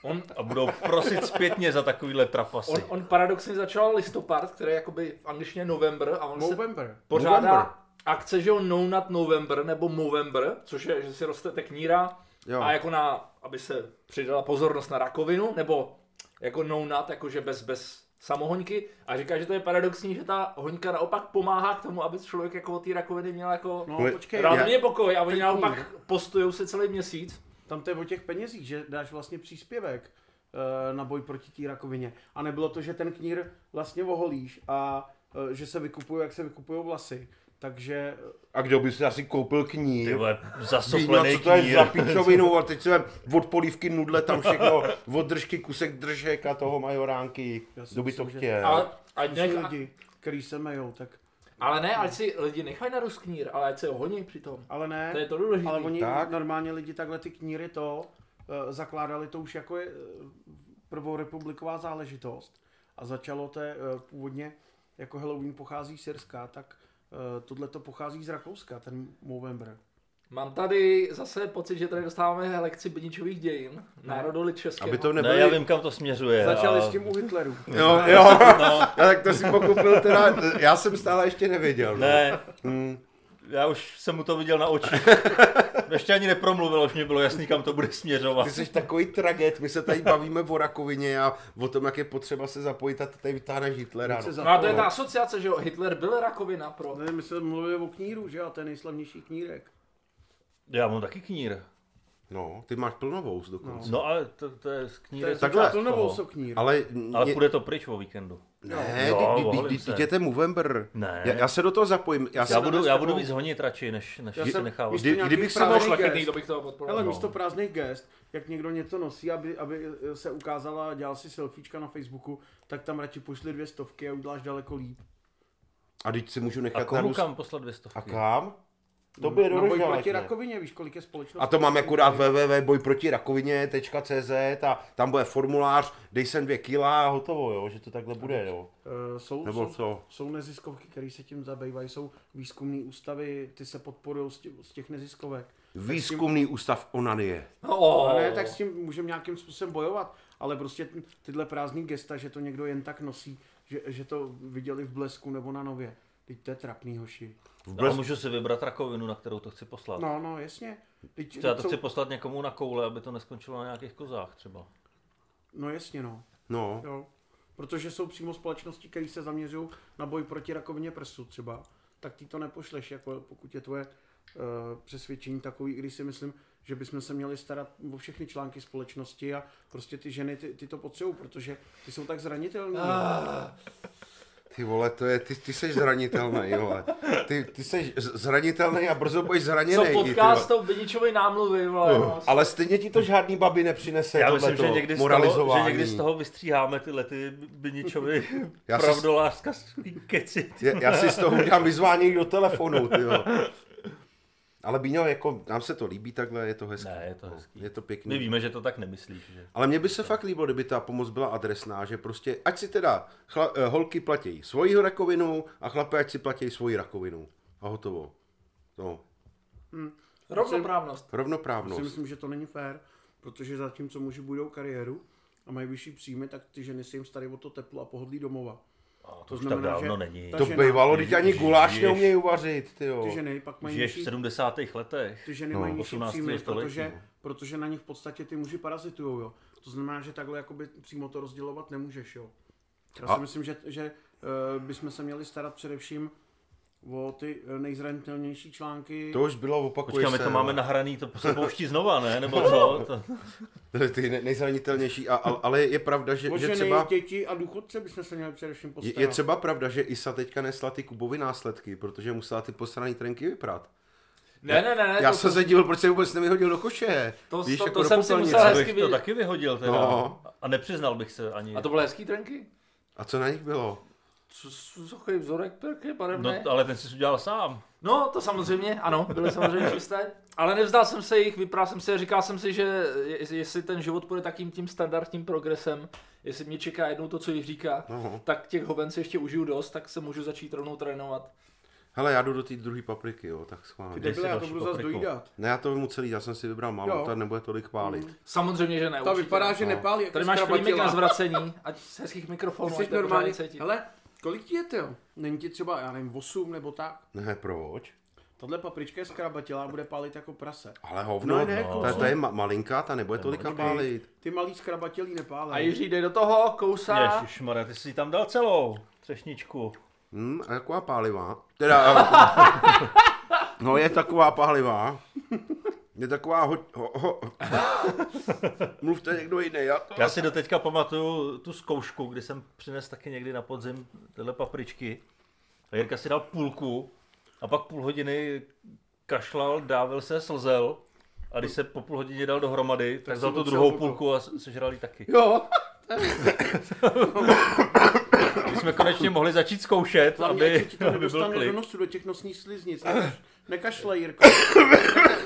On, a budou prosit zpětně za takovýhle trapasy.
On, on paradoxně začal listopad, který je jakoby v angličtině november a on se
Movember.
pořádá
Movember.
akce, že jo, No Nut November nebo Movember, což je, že si roste kníra
Jo.
a jako na, aby se přidala pozornost na rakovinu, nebo jako No Nut, jakože bez, bez samohoňky a říká, že to je paradoxní, že ta hoňka naopak pomáhá k tomu, aby člověk jako od té rakoviny měl jako
No
Ale-
počkej,
Rád
Dal
Já-
mě pokoj a oni
Pěkný.
naopak postujou se celý měsíc.
Tam to je o těch penězích, že dáš vlastně příspěvek eh, na boj proti té rakovině. A nebylo to, že ten knír vlastně oholíš a eh, že se vykupuje, jak se vykupují vlasy. Takže eh,
A kdo by si asi koupil knír?
Ty vole,
Víno,
zasoplený
no, co to je
knír.
za pičovinu, a teď se od polívky nudle tam všechno, od držky kusek držek a toho majoránky,
Já si
kdo by to
myslím, že-
chtěl.
Ale, ať
ne,
nech,
lidi, který se mejou, tak...
ale ne, ať si lidi nechají na knír, ale ať se ho honí přitom.
Ale ne,
To je to důležitý.
ale oni
Tak.
tak. normálně lidi takhle ty kníry to eh, zakládali, to už jako je eh, prvou republiková záležitost. A začalo to eh, původně, jako Halloween pochází z Syrska, tak eh, tohle to pochází z Rakouska, ten Movember.
Mám tady zase pocit, že tady dostáváme lekci biničových dějin, národoli českého.
Aby to
Ne, já
nebyly...
vím, kam to směřuje. No,
Začali
a-
s tím u Hitleru.
Jo, jo, a tak to si pokoupil teda, já jsem stále ještě nevěděl. no.
Ne, já už jsem mu to viděl na oči. Ještě ani nepromluvil, už mě bylo jasný, kam to bude směřovat.
Ty jsi takový traget, my se tady bavíme o rakovině a o tom, jak je potřeba se zapojit a ty tady vytáhneš Hitlera.
Se
No.
No a to je
zapojil.
ta asociace, že jo, Hitler byl rakovina pro.
Ne, my jsme mluvili o kníru, že jo, a to je nejslavnější knírek.
Já mám taky knír.
no, ty máš plnovous dokonce.
No ale to, to je
To
knír.
je
je-
Takhle.
takhle. To novou
Toho.
jsou No, knír.
Ale,
Ale
mě-
půjde to pryč o víkendu.
ne,
Jo,
ty- ty-
volím
ty-
se.
ty- ty- Movember.
Ne.
Já, já se do toho zapojím. Já,
Já
se-
budu, já
tebou.
budu víc honit radši, než, než
Já
si
jsem-
nechávat.
místo nějakých
kdybych se mohl-
prázdných
Šlechetný,
gest-
to bych toho
Ale
podporoval.
no. místo prázdných gest, jak někdo něco nosí, aby, aby eh, se ukázala, dělal si selfiečka na Facebooku, tak tam radši pošli dvě stovky a uděláš daleko líp.
a teď si můžu nechat
A
na
komu
Rus-
kam No, poslat dvě
A
stovky?
kam? To bude
na boj
do
proti rakovině, víš, kolik je společností.
A to mám jako- akorát www.bojprotirakovině.cz a tam bude formulář, dej sem dvě kila a hotovo, jo, že to takhle bude, jo.
Eh, jsou,
Nebo
jsou,
co?
jsou neziskovky, které se tím zabývají, jsou výzkumné ústavy, ty se podporují z, tě, z těch neziskovek.
Výzkumný ústav Onanie.
No, o,
A ne, tak s tím můžeme nějakým způsobem bojovat, ale prostě t- tyhle prázdné gesta, že to někdo jen tak nosí, že, že to viděli v blesku nebo na nově. Teď to je trapný hoši.
Ale
Vůbec
můžu si vybrat rakovinu, na kterou to chci poslat.
No, no, jasně. Teď,
Co, já to
jsou-
chci poslat někomu na koule, aby to neskončilo na nějakých kozách třeba.
No jasně, no.
No,
Jo. Protože jsou přímo společnosti, které se zaměřují na boj proti rakovině prsu třeba. Tak ty to nepošleš, jako pokud je tvoje uh, přesvědčení takový, i když si myslím, že bychom se měli starat o všechny články společnosti a prostě ty ženy, ty, ty to potřebují, protože ty jsou tak zranitelné.
Ah.
ty vole, to je, ty, ty seš zranitelný, jo. Ty, ty seš z- zranitelný a brzo budeš zraněný.
co
i, ty vole.
podcast s tou biničovej námluvy, vole. no.
Ale stejně ti to žádný babi nepřinese
Já
tohleto
myslím, že někdy, z toho, že
moralizování.
někdy z toho vystříháme tyhle ty Biničovi
Já si-
pravdolářská keci.
Je- Já si z toho udělám vyzvání do telefonu, ty jo. Ale Bíňo, jako, nám se to líbí takhle, je to hezký.
Ne, je to hezký.
Je to pěkný.
My víme, že to tak nemyslíš. Že?
Ale mně by se fakt líbilo, kdyby ta pomoc byla adresná, že prostě ať si teda chla, eh, holky platí svoji rakovinu a chlapi ať si platí svoji rakovinu. A hotovo. No,
Rovnoprávnost.
Já si
rovnoprávnost.
myslím, že to není fér, protože zatímco muži budou kariéru a mají vyšší příjmy, tak ty ženy si jim starají o to teplo a pohodlí domova.
A to,
To
už
znamená,
tak dávno
že-
není.
ta
To
žena-
bývalo, teď ani
Ježiš,
guláš
žiješ.
neumějí uvařit, ty
Ty
jo.
ženy pak mají
Žiješ v
nižší
70. letech.
Ty ženy
No.
no, mají nižší
18.
příjmy,
století,
protože,
no.
protože na nich v podstatě ty muži parazitujou, jo. To znamená, že takhle jakoby přímo to rozdělovat nemůžeš, jo. Já si
A-
myslím, že, že uh, bychom se měli starat především o ty eh, nejzranitelnější články.
To už bylo, opakuje
Počkáme,
se.
to
no.
máme nahraný, to se pouští znova, ne? Nebo co? To...
Ty ne- nejzranitelnější, a, a, ale je pravda, že,
o
že
ženy,
třeba...
děti a důchodce bychom se měli především postarat.
Je, je třeba pravda, že Isa teďka nesla ty Kubovi následky, protože musela ty posraný trenky vyprát.
Ne, ne, ne, ne,
Já
to,
jsem se divil, proč se vůbec nevyhodil do koše.
To-
Víš,
to- to
jako do
jsem si
popelnice.
musel-
Já bych
Hezky
to
by-
taky vyhodil teda.
No.
A nepřiznal bych se ani.
A to byly hezký trenky.
A co na nich bylo?
Co- co- Suchý vzorek, trenky,
No,
barevné.
t- ale ten jsi udělal sám.
No, to samozřejmě, ano, byly samozřejmě čisté. Ale nevzdal jsem se jich, vypral jsem se a říkal jsem si, že je- jestli ten život půjde takým tím standardním progresem, jestli mě čeká jednou to, co jich říká,
No.
Aha.
tak těch hoven si ještě užiju dost, tak se můžu začít rovnou trénovat.
Hele, já jdu do té druhé papriky, jo, tak
Ty
schválně.
Kde-
debile,
si
já to
další
budu zase
papriku.
dojídat.
Ne, já to vemu celý, já jsem si vybral málo,
Jo.
ta nebude tolik pálit.
Mm. Samozřejmě, že ne.
Ta
určitě.
vypadá, že jako
no.
nepálí. jak
Tady máš
skrabatila.
klímek na zvracení, ať z hezkých mikrofonů,
Ty
ať
jsi
to je normálně
normálně,
cítit.
hele, kolik ti je to jo? Není ti třeba, já nevím, 8 nebo tak?
Ne, proč?
Tahle paprička je skrabatělá a bude pálit jako prase.
Ale hovno,
No, ne,
no,
jako
kousnu.
ta, ta je ma- malinká, ta nebude tolika pálit.
Ty malý skrabatělí nepálej.
A Jiří jde do toho, kousá.
Ježišmarja, ty jsi jí tam dal celou třešničku.
Hm, a jaková pálivá? Teda, eh, no je taková pálivá. Je taková ho, ho, ho. Mluvte někdo jiný. Já to...
Já si doteďka pamatuju tu zkoušku, kdy jsem přinesl taky někdy na podzim tyhle papričky. A Jirka si dal půlku a pak půl hodiny kašlal, dávil se, slzel. A když se po půl hodině dal dohromady, tak, tak vzal
jsem
tu
potřeboval
druhou
půlku.
půlku a s- sežral ji taky.
Jo,
My jsme konečně mohli začít zkoušet,
hlavně aby,
aby,
ti to
aby byl
nedostane do
klid.
nosu, do těch nosních sliznic. Nekaš, nekašlej, Jirko. Ne,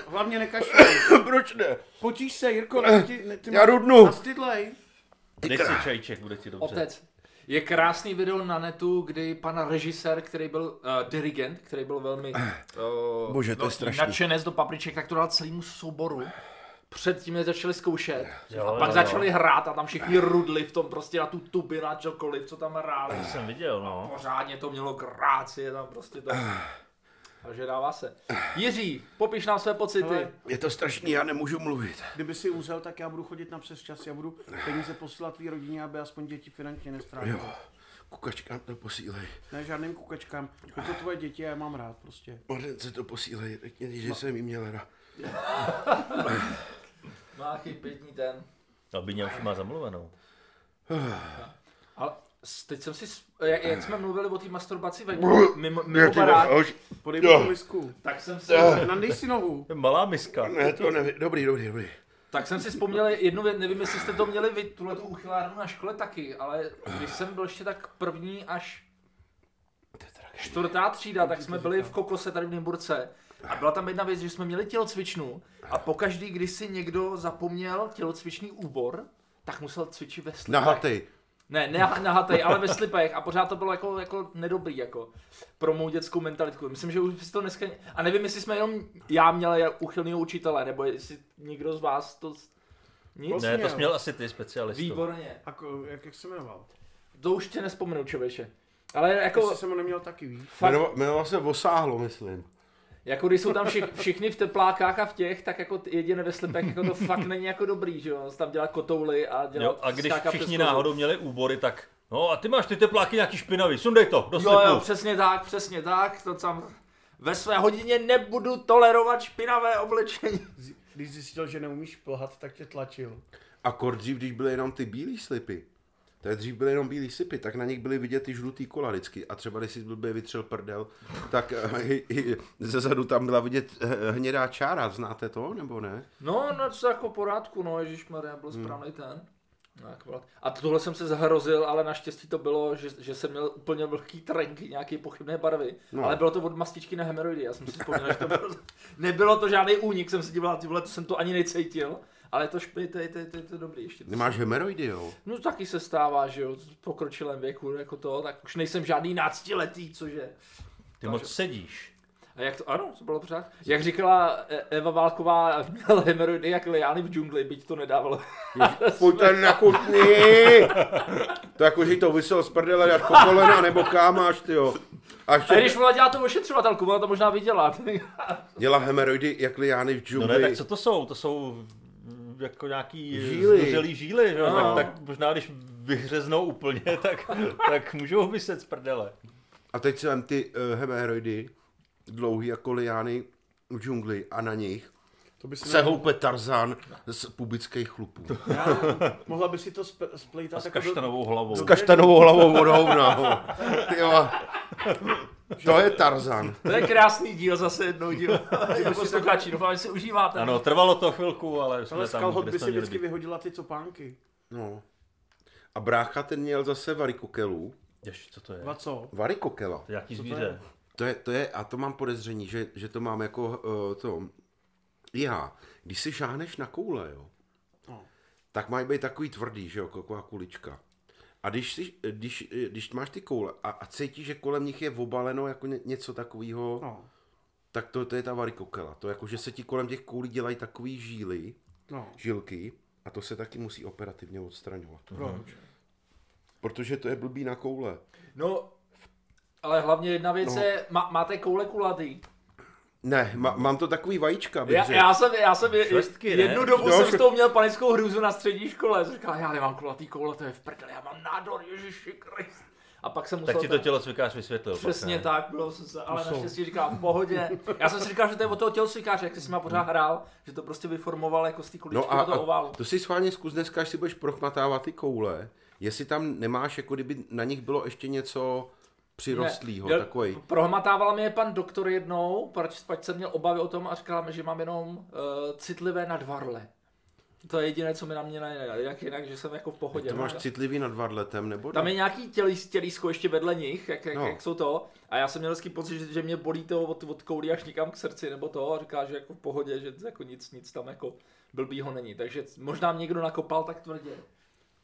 Hlavně nekašlej.
Proč ne?
Potíž se, Jirko, ne, ty, ne, ty
Já rudnu.
Nastydlej.
Dej si čajček, bude ti dobře.
Otec. Je krásný video na netu, kdy pan režisér, který byl uh, dirigent, který byl velmi uh,
Bože, to je strašný.
nadšenec do papriček, tak to dal celému souboru. Předtím je začali zkoušet
Jo,
a pak
jo,
začali hrát a tam všichni rudli v tom prostě na tu tuby, na čokoliv, co tam hráli.
To jsem viděl, no.
Pořádně to mělo gráci, tam prostě to... Takže dává se. Jiří, popiš nám své pocity.
Hele,
Je to strašný, já nemůžu mluvit.
Kdyby si umřel, tak já budu chodit na přes čas. Já budu peníze posílat tvý rodině, aby aspoň děti finančně nestrátili.
Jo, kukačkám to posílej.
Ne žádným kukačkám. Je to tvoje děti a já mám rád prostě.
Mařence to posílej, řekni, že jsem jí měl rád.
Má chybětní ten.
Aby mě už má zamluvenou.
Ale s- teď jsem si, s- jak, jak jsme mluvili o té masturbaci venku, mimo, mimo barák,
Podej mi
Jo.
tu misku.
tak jsem si...
Nandej si nohu.
To je malá miska.
Ne, to nevím. Dobrý, dobrý, dobrý.
Tak jsem si vzpomněl jednu věc, nevím, jestli jste to měli vy, tuhle tu uchylárnu na škole taky, ale když jsem byl ještě tak první až čtvrtá třída, tak jsme byli v Kokose tady v Nymburce a byla tam jedna věc, že jsme měli tělocvičnu a pokaždý, když si někdo zapomněl tělocvičný úbor, tak musel cvičit ve slipech.
Nahatej.
Ne, ne nahatej, ale ve slipech a pořád to bylo jako, jako nedobrý, jako pro mou dětskou mentalitku. Myslím, že už si to dneska, a nevím, jestli jsme jenom já měl uchylného učitele, nebo jestli někdo z vás to... Nic?
Ne, to jsi měl asi ty specialistu.
Výborně.
A ko- eh, jak, jak se jmenoval?
To už tě nespomenu, člověče. Ale jako,
Jestli jsem ho neměl taky, víš?
Fakt.
Jmenoval, jmenoval se Vosáhlo, myslím.
jako když jsou tam všich, všichni v teplákách a v těch, tak jako t- jedině ve slipech, jako to fakt není jako dobrý, že jo? Tam dělá kotouly a dělá
Jo, a když
skáká přes
všichni
kozu.
náhodou měli úbory, tak no a ty máš ty tepláky nějaký špinavý, sundej to, do
Jo, jo,
slipu.
přesně tak, přesně tak, to tam ve své hodině nebudu tolerovat špinavé oblečení.
Z- Když zjistil, že neumíš plhat, tak tě tlačil.
A kor dřív, když byly jenom ty bílý slipy, to je dřív byly jenom bílý slipy, tak na nich byly vidět ty žlutý kola vždycky. A třeba když si blbě vytřel prdel, tak eh, i, i, zezadu tam byla vidět eh, hnědá čára. Znáte to, nebo ne?
No, no, to jako porádku, no, ježišmarja, byl správný ten. Tak, vole. a tohle jsem se zahrozil, ale naštěstí to bylo, že, že jsem měl úplně velký trenky nějaké pochybné barvy.
No.
No. Ale bylo to od mastičky na hemeroidy, já jsem si vzpomněl, že to bylo, nebylo to žádný únik, jsem si díval, ty vole, to jsem to ani necítil. Ale je to špy, to je, to je, to je, to je dobrý ještě.
Nemáš hemeroidy, jo?
No taky se stává, že jo, v pokročilém věku, jako to, tak už nejsem žádný náctiletý, cože.
Ty moc sedíš.
A jak to, ano, to bylo pořád. Jak říkala E- Eva Válková, měl hemeroidy jak liány v džungli, byť to nedávalo.
Pojďte na kutni! To jako, že jí to vysel z prdele až po kolena, nebo kam až, tyjo. A
A
ještě
když ona dělá tu ošetřovatelku, ona to možná viděla.
dělá hemeroidy, jak liány v
No
džungli.
ne, tak co to jsou? To jsou mm, jako nějaký
Žíly.
zdořelý žíly, že? jo?
No.
Tak, tak možná když vyhřeznou úplně, tak, tak můžou vyset z prdele.
A teď si vem ty uh, hemeroidy, dlouhý jako liány v džungli a na nich
To by si
se houpe Tarzan z pubických chlupů.
Já, mohla by si to sp- splejtat jako
S kaštanovou hlavou.
S kaštanovou hlavou od hovna. ho. no. Ty jo. To je Tarzan.
to je krásný díl, zase jednou díl. Já posluchači, doufám, že Jako si užíváte.
Ano, trvalo to chvilku, ale jsme
Ale z
tam,
kalhot
kde
by
jsme
si
měli
vždycky
být.
vyhodila ty copánky.
No. A brácha ten měl zase varikokelu.
Jež, co to je?
A co?
Varikokela.
To je Nějaký
Co to
zvíře.
je?
To je, to je, a to mám podezření, že, že to mám jako uh, to, já, když si šáhneš na koule, jo,
No.
tak mají být takový tvrdý, že jo, taková kulička. A když, si, když, když máš ty koule a, a cítíš, že kolem nich je obaleno jako ně, něco takového, no.
No,
tak to, to je ta varikokela. To jako, že se ti kolem těch koulí dělají takový žíly,
no.
žilky, a to se taky musí operativně odstraňovat.
Hm.
Proč?
Protože to je blbý na koule.
No, ale hlavně jedna věc
No.
je, má, máte koule kulatý.
Ne, má, mám to takový vajíčka, bych
Já,
řekl.
já jsem, já jsem je-
Švestky, ne?
jednu dobu
Jo,
jsem
švestky.
s tou měl panickou hrůzu na střední škole. Říkal, já nemám kulatý koule, to je v prdeli, já mám nádor, ježiši Krist. A pak jsem musel...
Tak ti to
ten-
tělocvikář vysvětlil. pak,
Přesně
ne?
tak, bylo jsem se, ale
jsou.
naštěstí říkám v pohodě. Já jsem si říkal, že to je od toho tělocvikáře, jak jsi s nima pořád
Hmm.
hrál, že to prostě vyformoval jako z té kuličky
No a,
do toho
a
oválu.
to si schválně zkus dneska, až si budeš prochmatávat ty koule, jestli tam nemáš, jako kdyby na nich bylo ještě něco přirostlýho,
Ne,
takový.
Prohmatával mě pan doktor jednou, proč pač jsem měl obavy o tom a říkal mi, že mám jenom uh, citlivé nadvarle. To je jediné, co mi na mě najde, jak jinak, že jsem jako v pohodě.
To máš
no.
citlivý nad varletem, nebo
Tam
ne?
je nějaký tělí, tělísko ještě vedle nich, jak, jak,
No.
no. jak jsou to. A já jsem měl vždycky pocit, že, že mě bolí to od, od koulí až nikam k srdci nebo to. A říká, že jako v pohodě, že jako nic, nic tam jako blbýho není. Takže možná mě někdo nakopal tak tvrdě,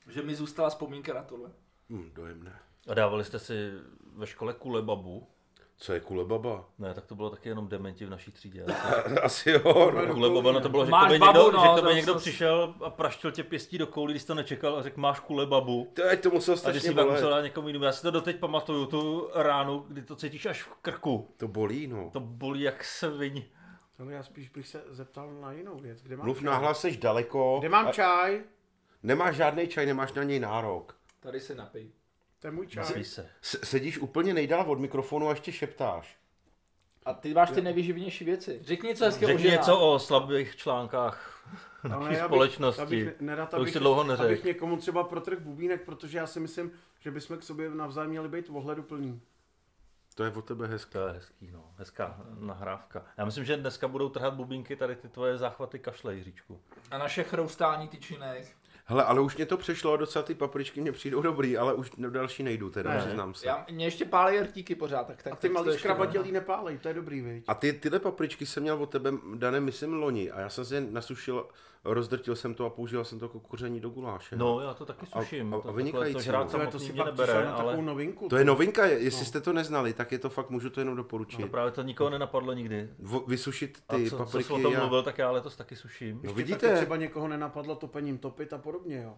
že mi zůstala vzpomínka na tohle.
Hm, dojemné.
A dávali jste si ve škole kulebabu?
Co je kulebaba?
Ne, tak to bylo taky jenom dementi v naší třídě.
Asi jo, no.
Kulebaba, no to bylo, že k
Máš
tobě
babu,
někdo,
no,
že k
to
tobě někdo
jsem-
přišel a praštil tě pěstí do koulí, když jsi to nečekal a řekl, máš kulebabu.
To, je, to muselo
A ty
strašně
si pak
bolet.
musel dát někomu jinému. Já si to doteď pamatuju, tu ránu, kdy to cítíš až v krku.
To bolí, no.
To bolí jak sviň.
Ale já spíš bych se zeptal na jinou věc. Kde mám
Mluv
čaj?
nahlas, seš daleko.
Kde mám
a
čaj?
Nemáš žádný čaj, nemáš na něj nárok.
Tady se napij.
To je můj čaj.
Myslí se.
S- sedíš úplně nejdál od mikrofonu a ještě šeptáš.
A ty máš ty nejvyživěnější věci. Řekni něco hezkého o
Řekni
ženách.
něco o slabých článkách
Ale
naší
já bych-
společnosti.
já bych ne- nerad,
to už
abych-
si dlouho neřekl.
Abych někomu třeba protrh bubínek, protože já si myslím, že bychom k sobě navzájem měli být ohleduplní.
To je od tebe hezké.
To je hezký, no. Hezká nahrávka. Já myslím, že dneska budou trhat bubínky tady ty tvoje záchvaty kašle, Jiříčku.
A naše chroustání tyčinek.
Hele, ale už mě to přešlo, docela ty papričky mě přijdou dobrý, ale už na další nejdu teda,
Ne.
přiznám se.
Já, mě ještě pálí rtíky pořád, tak, tak
A ty
tak to
malý
ještě
škrabatělí nepálej, to je dobrý, viď?
A ty, tyhle papričky jsem měl od tebe, Dané, myslím loni a já jsem si je nasušil, rozdrtil jsem to a použil jsem to jako koření do guláše.
No, já to taky
a-
suším.
a
to, takhle to
vynikající, no.
žrát
Ale to
samotný
si
mě
fakt přišel
nebere,
na takovou
ale
novinku.
To je novinka, je-
No.
jestli jste to neznali, tak je to fakt, můžu to jenom
to
doporučit.
právě to nikoho nenapadlo nikdy.
Vo- Vysušit
No, A
ty
co, co
papriky.
jsi o tom
já-
mluvil, tak já letos taky suším.
No
Ještě
vidíte?
Taky Prostě třeba někoho nenapadlo topením topit a podobně, jo.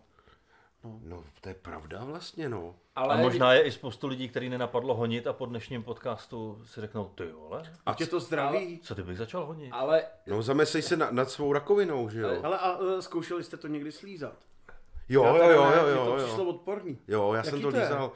No, to je pravda vlastně, no.
Ale
Ale a možná je i spoustu lidí, který nenapadlo honit a po dnešním podcastu si řeknou, ty vole,
A
A tě to zdraví.
co ty bych začal honit?
Ale
No, zamesej se na, nad svou rakovinou, že jo?
Ale a, e, zkoušeli jste to někdy slízat?
Jo,
Já
jo,
teda
jo,
ne,
jo,
mně to
jo,
přišlo
jo.
odporný.
Jo, já
Jaký
jsem to
to je? Mhm.
lízal.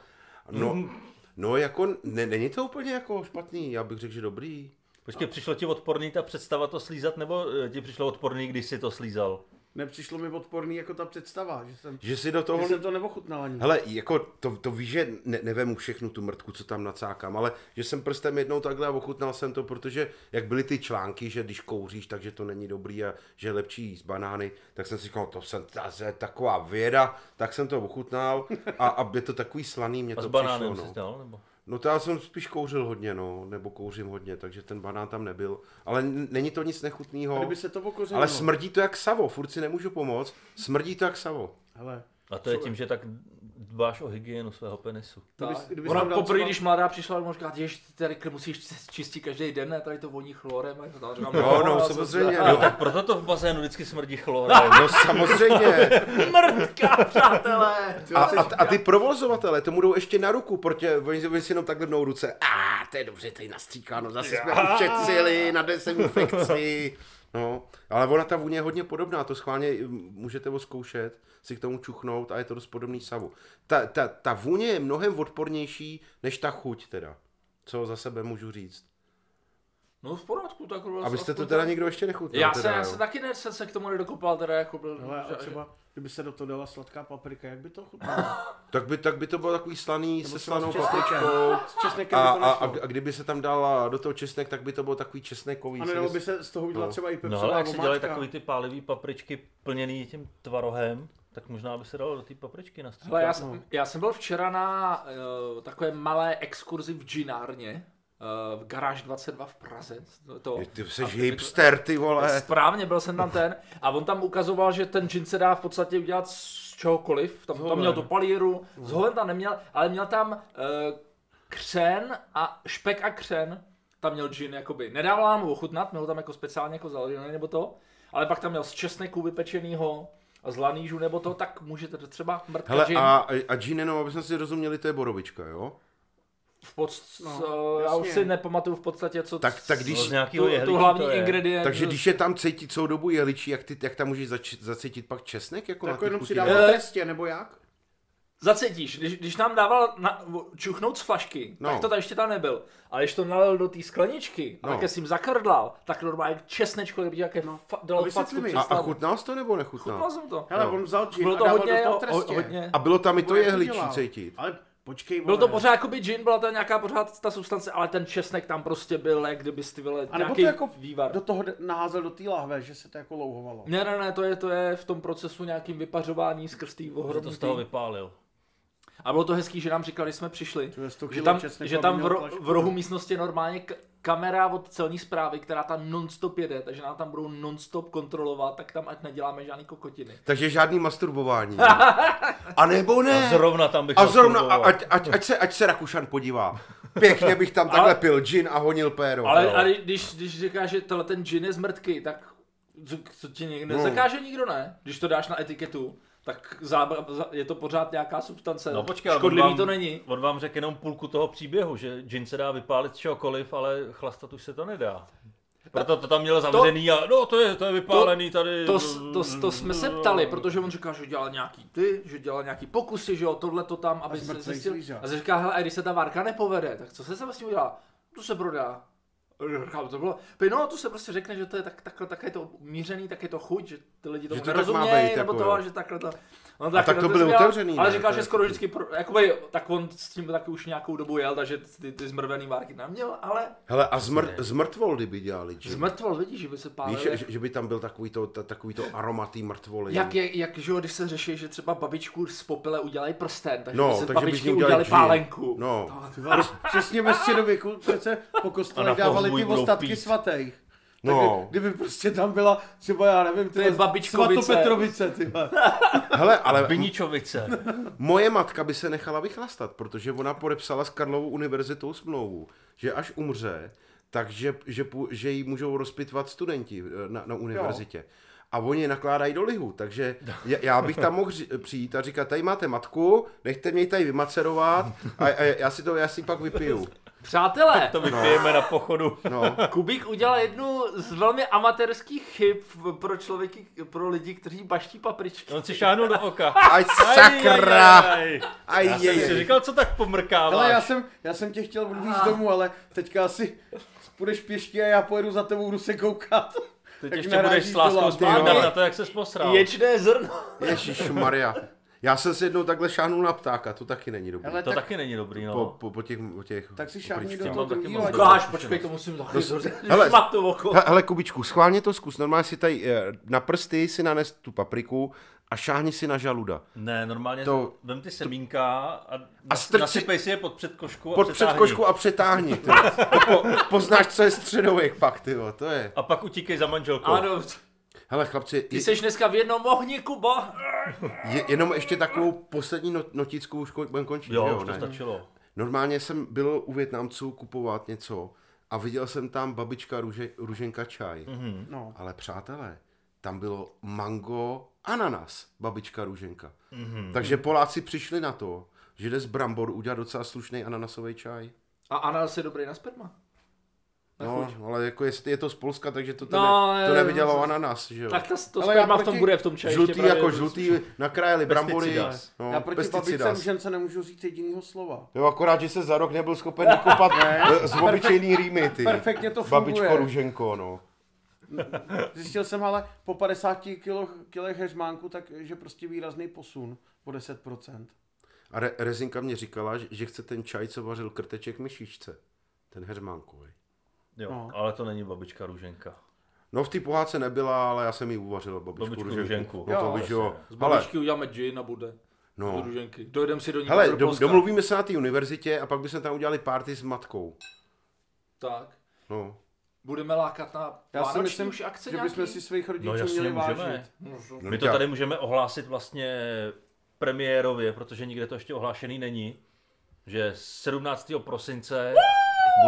No, no jako, ne, není to úplně jako špatný, já bych řekl, že dobrý.
Počkej, přišlo ti odporný ta představa to slízat, nebo eh, ti přišlo odporný, když jsi to slízal?
Nepřišlo mi odporný jako ta představa, že jsem,
Že si do toho...
že jsem to neochutnal ani.
Hele, jako to, to víš, že ne, nevemu všechnu tu mrtku, co tam nacákám, ale že jsem prstem jednou takhle a ochutnal jsem to, protože jak byly ty články, že když kouříš, takže to není dobrý a že je lepší jíst banány, tak jsem si říkal, "No, to, jsem, ta, to je taková věda, tak jsem to ochutnal a, a je to takový slaný, mě
A s
to
banánem
přišlo.
jsi
No.
dal, nebo?
No to já jsem spíš kouřil hodně, no, nebo kouřím hodně, takže ten banán tam nebyl. Ale n- není to nic
A
nechutného.
kdyby se to okořenilo.
Ale smrdí to jak savo, furt si nemůžu pomoct, smrdí to jak savo.
Hele,
A to je tím, že tak dbáš o hygienu svého penisu.
tak.
Kdybys- kdybys tam
ona
dal
poprvé,
třeba-
když mladá přišla, ona říká, že tady musíš čist- čistit každý den, ne, tady to voní chlorem. A já říkám,
Jo,
já
no,
jsem
samozřejmě,
zda-
no.
Tak proto to v bazénu vždycky smrdí chlorem.
No samozřejmě.
Mrtka, přátelé!
A, a, a ty provozovatele tomu jdou ještě na ruku, protože oni, oni si jenom tak dnou ruce. A ah, to je dobře, tady nastříkáno, zase jsme ušetřili na 10 infekcí. No, ale ona ta vůně je hodně podobná, to schválně mm, můžete odzkoušet, si k tomu čuchnout a je to dost podobný savu. Ta, ta, ta vůně je mnohem odpornější než ta chuť teda, co za sebe můžu říct.
No v pořádku, tak bylo
Abyste to
aspoň
teda
tak.
někdo ještě nechutnal.
Já
teda,
se, já
jo.
se taky ne, se, se k tomu nedokopal, teda jako byl...
hele, a
že-
třeba, kdyby se do toho dala sladká paprika, jak by to chutnalo?
tak, by, tak by to bylo takový slaný se
třeba
slanou
s česnekem.
papričkou.
S česnekem
A,
by to
a,
nešlo.
a, a kdyby se tam dala do toho česnek, tak by to bylo takový česnekový.
A
si
nedalo by
myslím.
se z toho udělat
No.
třeba i
No
pepřová
ale jak se dělají
vomáčka.
takový ty pálivý papričky plněný tím tvarohem, tak možná by se dalo do té papričky nastříkat.
Hele, já,
no.
jsem, já jsem byl včera na uh, takové malé exkurzi v Ginárně, uh, v Garáž 22 v Praze. To, to,
Je, Ty jsi
a-
hipster, ty vole.
Správně, byl jsem tam ten. A on tam ukazoval, že ten gin se dá v podstatě udělat z čehokoliv. Tam, tam měl tu palíru, z holen tam neměl, ale měl tam uh, křen a špek a křen. Tam měl gin, jakoby. Nedával nám ho ochutnat, měl ho tam jako speciálně jako zaležený nebo to. Ale pak tam měl z česneku vypečenýho a z lanížů nebo to, tak můžete to třeba mrtka
Hele,
gin.
a, a gin jenom, aby jsme si rozuměli, to je borovička, jo?
V podst-
No,
no, já
jasně.
už si nepamatuju v podstatě, co
Tak- tak když-
No, z nějakého
tu,
jehličí
tu hlavní
to je.
ingredient.
Takže když je tam cítit celou dobu jehličí, jak, ty, jak tam můžeš zač, zacítit pak česnek? Jako
Jako
na
jenom
ty
si
chutě,
dává
ne?
testě, nebo jak?
Zacítíš, když, když nám dával na, čuchnout z flašky, no.
No.
tak to tam ještě tam nebyl. Ale když to nalil do té skleničky no. a
No.
také si jim zakrdlal, tak normálně jak česnečko, kdyby jaké no. fa- dal
vysvětli
facku
mi.
přes
A, a
hlavu.
chutnal no. jsi to nebo nechutnal?
Chutnal jsem to.
Hele,
Jo.
on vzal gin
No. Bylo
Bylo
to
a dával
hodně,
do
ho-
toho trestě.
ho- hodně.
A bylo tam i to
Bude
jehličí
dělal.
cítit.
Ale počkej, vole.
Byl to pořád jakoby gin, byla tam nějaká pořád ta substance, ale ten česnek tam prostě byl, jak kdyby ty vyle
A nebo
nějaký
to jako
vývar.
do toho d- naházel do té lahve, že se to jako louhovalo.
Ne, ne, ne, to je, to je v tom procesu nějakým vypařování skrz tý
Že to
ohromný
z toho
tý-
vypálil.
A bylo to hezký, že nám říkali, když jsme přišli,
je 100
že
kilo
tam,
česneku,
že
aby
tam v,
měl
ro-
flašku.
v rohu místnosti je normálně k- kamera od celní zprávy, která tam non-stop jede, takže nám tam budou non-stop kontrolovat, tak tam ať neděláme žádný kokotiny.
Takže žádný masturbování. A nebo
A
ne.
zrovna tam bych
A zrovna, a,
masturboval.
ať, ať, ať, se, ať se Rakušan podívá. Pěkně bych tam takhle pil gin a honil
No
péro.
Ale,
jo.
ale když, když říkáš, že tenhle ten gin je z mrtky, tak co, co ti někdo no.
No.
zakáže, nikdo ne. Když to dáš na etiketu, tak zábra, za- je to pořád nějaká substance.
No počkej, ale on
Škodlivý
vám,
to není.
On vám řekl jenom půlku toho příběhu, že gin se dá vypálit z čehokoliv, ale chlastat už se to nedá. Proto to tam měl zavřený a no to je, to je vypálený tady.
To, s- to, s- to jsme se ptali, protože on říká, že dělal nějaký ty, že dělal nějaký pokusy, že jo, tohle to tam, aby
A
se
zmrtvej
zjistil.
zvířat.
A se říká, hele, a když se ta várka nepovede, tak co se s tím udělá? To se prodá. Říkám, to bylo, Pej, no, to se prostě řekne, že to je tak, takhle, tak je to mířený, tak je to chuť, že ty lidi tomu
to tak má
nerozumějí,
být,
nebo
jako
to,
jo.
že takhle to. No,
tak to
no,
byly
jsi dělal,
otevřený,
Ale
ne?
říkal,
To
že
je
skoro
taky.
vždycky, pro, jakoby, tak on s tím taky už nějakou dobu jel, takže ty, ty zmrvený várky tam měl, ale
Hele, a zmrt, zmrtvoldy by dělali gin.
zmrtvol, vidíš, že by se pálil.
Víš, že, že by tam byl takový to, ta, takový to aromatý mrtvoly.
Jak, je, jak že jo, když se řeší, že třeba babičku z popele udělají prsten, takže
No,
by se
takže by z
babičky
ní udělali
udělali
džín.
pálenku.
No.
To-
Ty vole, Přesně ve středověku přece po kostelech
A na
dávali
pohřbu
ty
jí budou
ostatky
pít.
svatých.
No.
Takže kdyby prostě tam byla třeba, já nevím, ty
je
vole,
babičkovice.
Svatopetrovice, ty vole.
Hele, ale
Viničovice.
moje matka by se nechala vychlastat, protože ona podepsala s Karlovou univerzitou smlouvu, že až umře, takže že, pů- že ji můžou rozpitvat studenti eh, na, na univerzitě. Jo. A oni je nakládají do lihu, takže já- já bych tam mohl ři- přijít a říkat, tady máte matku, nechte mě ji tady vymacerovat a, a já si to já si pak vypiju.
Přátelé,
To vypijeme na pochodu.
No.
Kubík udělal jednu z velmi amatérských chyb v- pro člověky, pro lidi, kteří baští
No,
papričky.
On si šáhnul do oka.
Aj sakra!
Aj,
Aj,
aj, aj. Já jsem si
jej.
říkal, co tak pomrkáváš.
Hele, já jsem, já jsem tě chtěl odvíz domů, ale teďka asi půjdeš pěšky a já pojedu za tebou, budu se koukat.
Teď
Jak
ještě
narážíš
budeš s
do
láskou
lampy,
vzpomínat
no.
na to, jak se posral.
Ječné zrno.
Ježíš Maria. Já jsem si jednou takhle šáhnul na ptáka, to taky není dobré.
Hele,
To
tak,
taky není dobrý, no.
Po, po, po těch, po těch
tak si
opričkách.
šáhni do
mám
toho
taky
druhýho.
moc
ať-
dobrou.
Ukáž, počkej, to musím zachytit.
Hele,
Mám to v oko.
He- Hele, Kubičku, schválně to zkus. Normálně si tady eh, na prsty si nanes tu papriku a šáhni si na žaluda.
Ne, normálně to,
To-
vem ty semínka a, a
A strč si-
nasypej si je pod předkošku a
Pod
přetáhni.
předkošku a přetáhni. Ty. vole. To po, poznáš, co je středověk pak, ty vole, to je.
A pak utíkej za manželkou.
Ano,
Hele, chlapci,
ty
je,
jsi dneska v jednom ohni, Kubo.
je, jenom ještě takovou poslední not, notickou už ko- budeme končit,
Jo,
že
už to
ne?
stačilo.
Normálně jsem byl u Větnamců kupovat něco a viděl jsem tam babička Ruže, Ruženka čaj.
Mhm.
Mm-hmm.
No.
Ale přátelé, tam bylo mango, ananas, babička Ruženka.
Mhm.
Mm-hmm. Takže Poláci přišli na to, že jde z brambor udělat docela slušný ananasový čaj.
A ananas je dobrý na sperma.
No, ale jako jestli je to z Polska, takže to,
No,
no, ne, to
jo,
nevydělalo
jo.
ananas, že jo.
Tak ta, to
Ale já
sperma v tom
proti-
bude v tom čaji.
žlutý
ještě
jako
právě-
žlutý, nakrájeli brambory.
Pesticidas.
No,
Já proti
pesticidas.
babicem žen se nemůžu říct jedinýho slova.
Jo, akorát, že se za rok nebyl schopen nakopat eh, z obyčejný rýmy, ty.
perfektně to
Babičko
funguje.
Růženko, no.
Zjistil jsem ale po 50 kilo, kilech heřmánku, tak, že prostě výrazný posun o 10%.
A Re- Rezinka mě říkala, že, že chce ten čaj, co vařil krteček myšičce. Ten hermánkový.
Jo,
No.
ale to není babička Růženka.
No v té pohádce nebyla, ale já jsem ji uvařil babičku,
Babičku
Růženku.
Růženku.
No,
Jo,
to víš, jo.
jasně.
Z
Ale,
babičky uděláme gin a bude.
no.
Druženky. Dojdem si do ní.
Hele,
do
do,
Polska.
domluvíme se na té univerzitě a pak bychom tam udělali party s matkou.
Tak.
No.
Budeme lákat na
Já si
vánoční
myslím,
už akce
že
nějaký?
bychom si svých rodičů
No jasně,
měli
můžeme.
vážit.
No,
no
My to
já-
tady můžeme ohlásit vlastně premiérově, protože nikde to ještě ohlášený není, že 17. prosince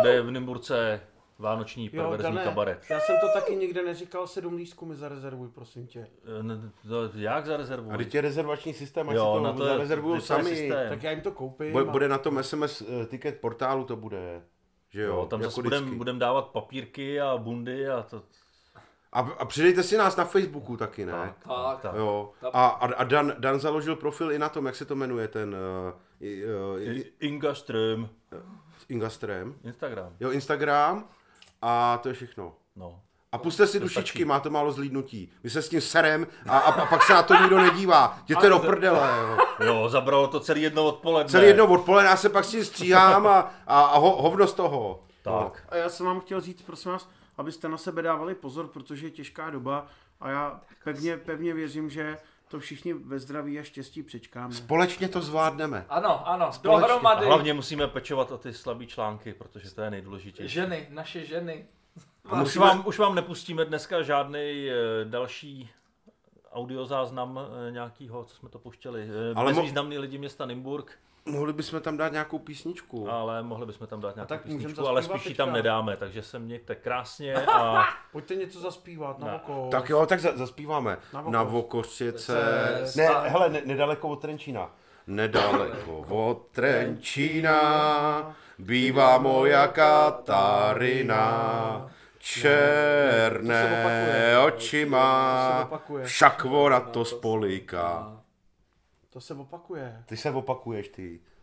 bude v Nymburce vánoční perverzní
Dané,
kabaret.
Já jsem to taky nikde neříkal, sedm lístků mi zarezervuj, prosím tě.
N- Eh, To jak
A
zarezervuji?
teď je rezervační systém, ať
Jo,
jo, si
na
to,
to
to
je-
zarezervují
teď to je
sami.
systém.
Tak já jim to koupím.
Bude,
a-
bude na tom SMS eh, ticket portálu, to bude. Že jo,
Jo, No, tam
jako
zase budeme
vždycky.
budem dávat papírky a bundy a to.
A, a přidejte si nás na Facebooku taky, ne? Tak.
Tak, tak.
Jo.
Tam-
A, a, a Dan, Dan založil profil i na tom, jak se to jmenuje, ten uh, i, uh, i,
Inga Ström.
Ingastrem.
Instagram.
Jo, Instagram a to je všechno.
No.
A puste si dušičky, má to málo zlídnutí. My se s tím serem a, a, a pak se na to nikdo nedívá. Jděte do prdele, jo.
Jo, zabralo to celý jedno odpoledne.
Celý jedno odpoledne, já se pak s tím stříhám a, a, a ho, hovno z toho.
Tak.
A já jsem vám chtěl říct, prosím vás, abyste na sebe dávali pozor, protože je těžká doba a já pevně, pevně věřím, že to všichni ve zdraví a štěstí přečkáme.
Společně to zvládneme.
Ano, ano,
Společně.
A
No, dohromady.
hlavně musíme pečovat o ty slabý články, protože to je nejdůležitější.
Ženy, naše ženy.
A už, vám, už vám nepustíme dneska žádný eh, další audiozáznam eh, nějakýho, co jsme to puštěli.
Ale
Ale
mo-
Bezvýznamný lidi města Nymburk,
Mohli bychom tam dát nějakou písničku.
ale mohli bychom tam dát nějakou
tak můžem
písničku, ale
zaspívat
spíš ji tam
teďka.
nedáme, takže se mějte krásně a
Pojďte něco zaspívat na oko.
Tak jo, tak za, zaspíváme.
Na Vokořice.
Na Vokořice.
Cesta.
Ne, hele, ne, nedaleko od Trenčína. Nedaleko od Trenčína bývá moja Katarina.
To se
Černé
opakuje.
oči
To se
má,
opakuje.
však ona to spoliká.
To se opakuje.
Ty se opakuješ, ty.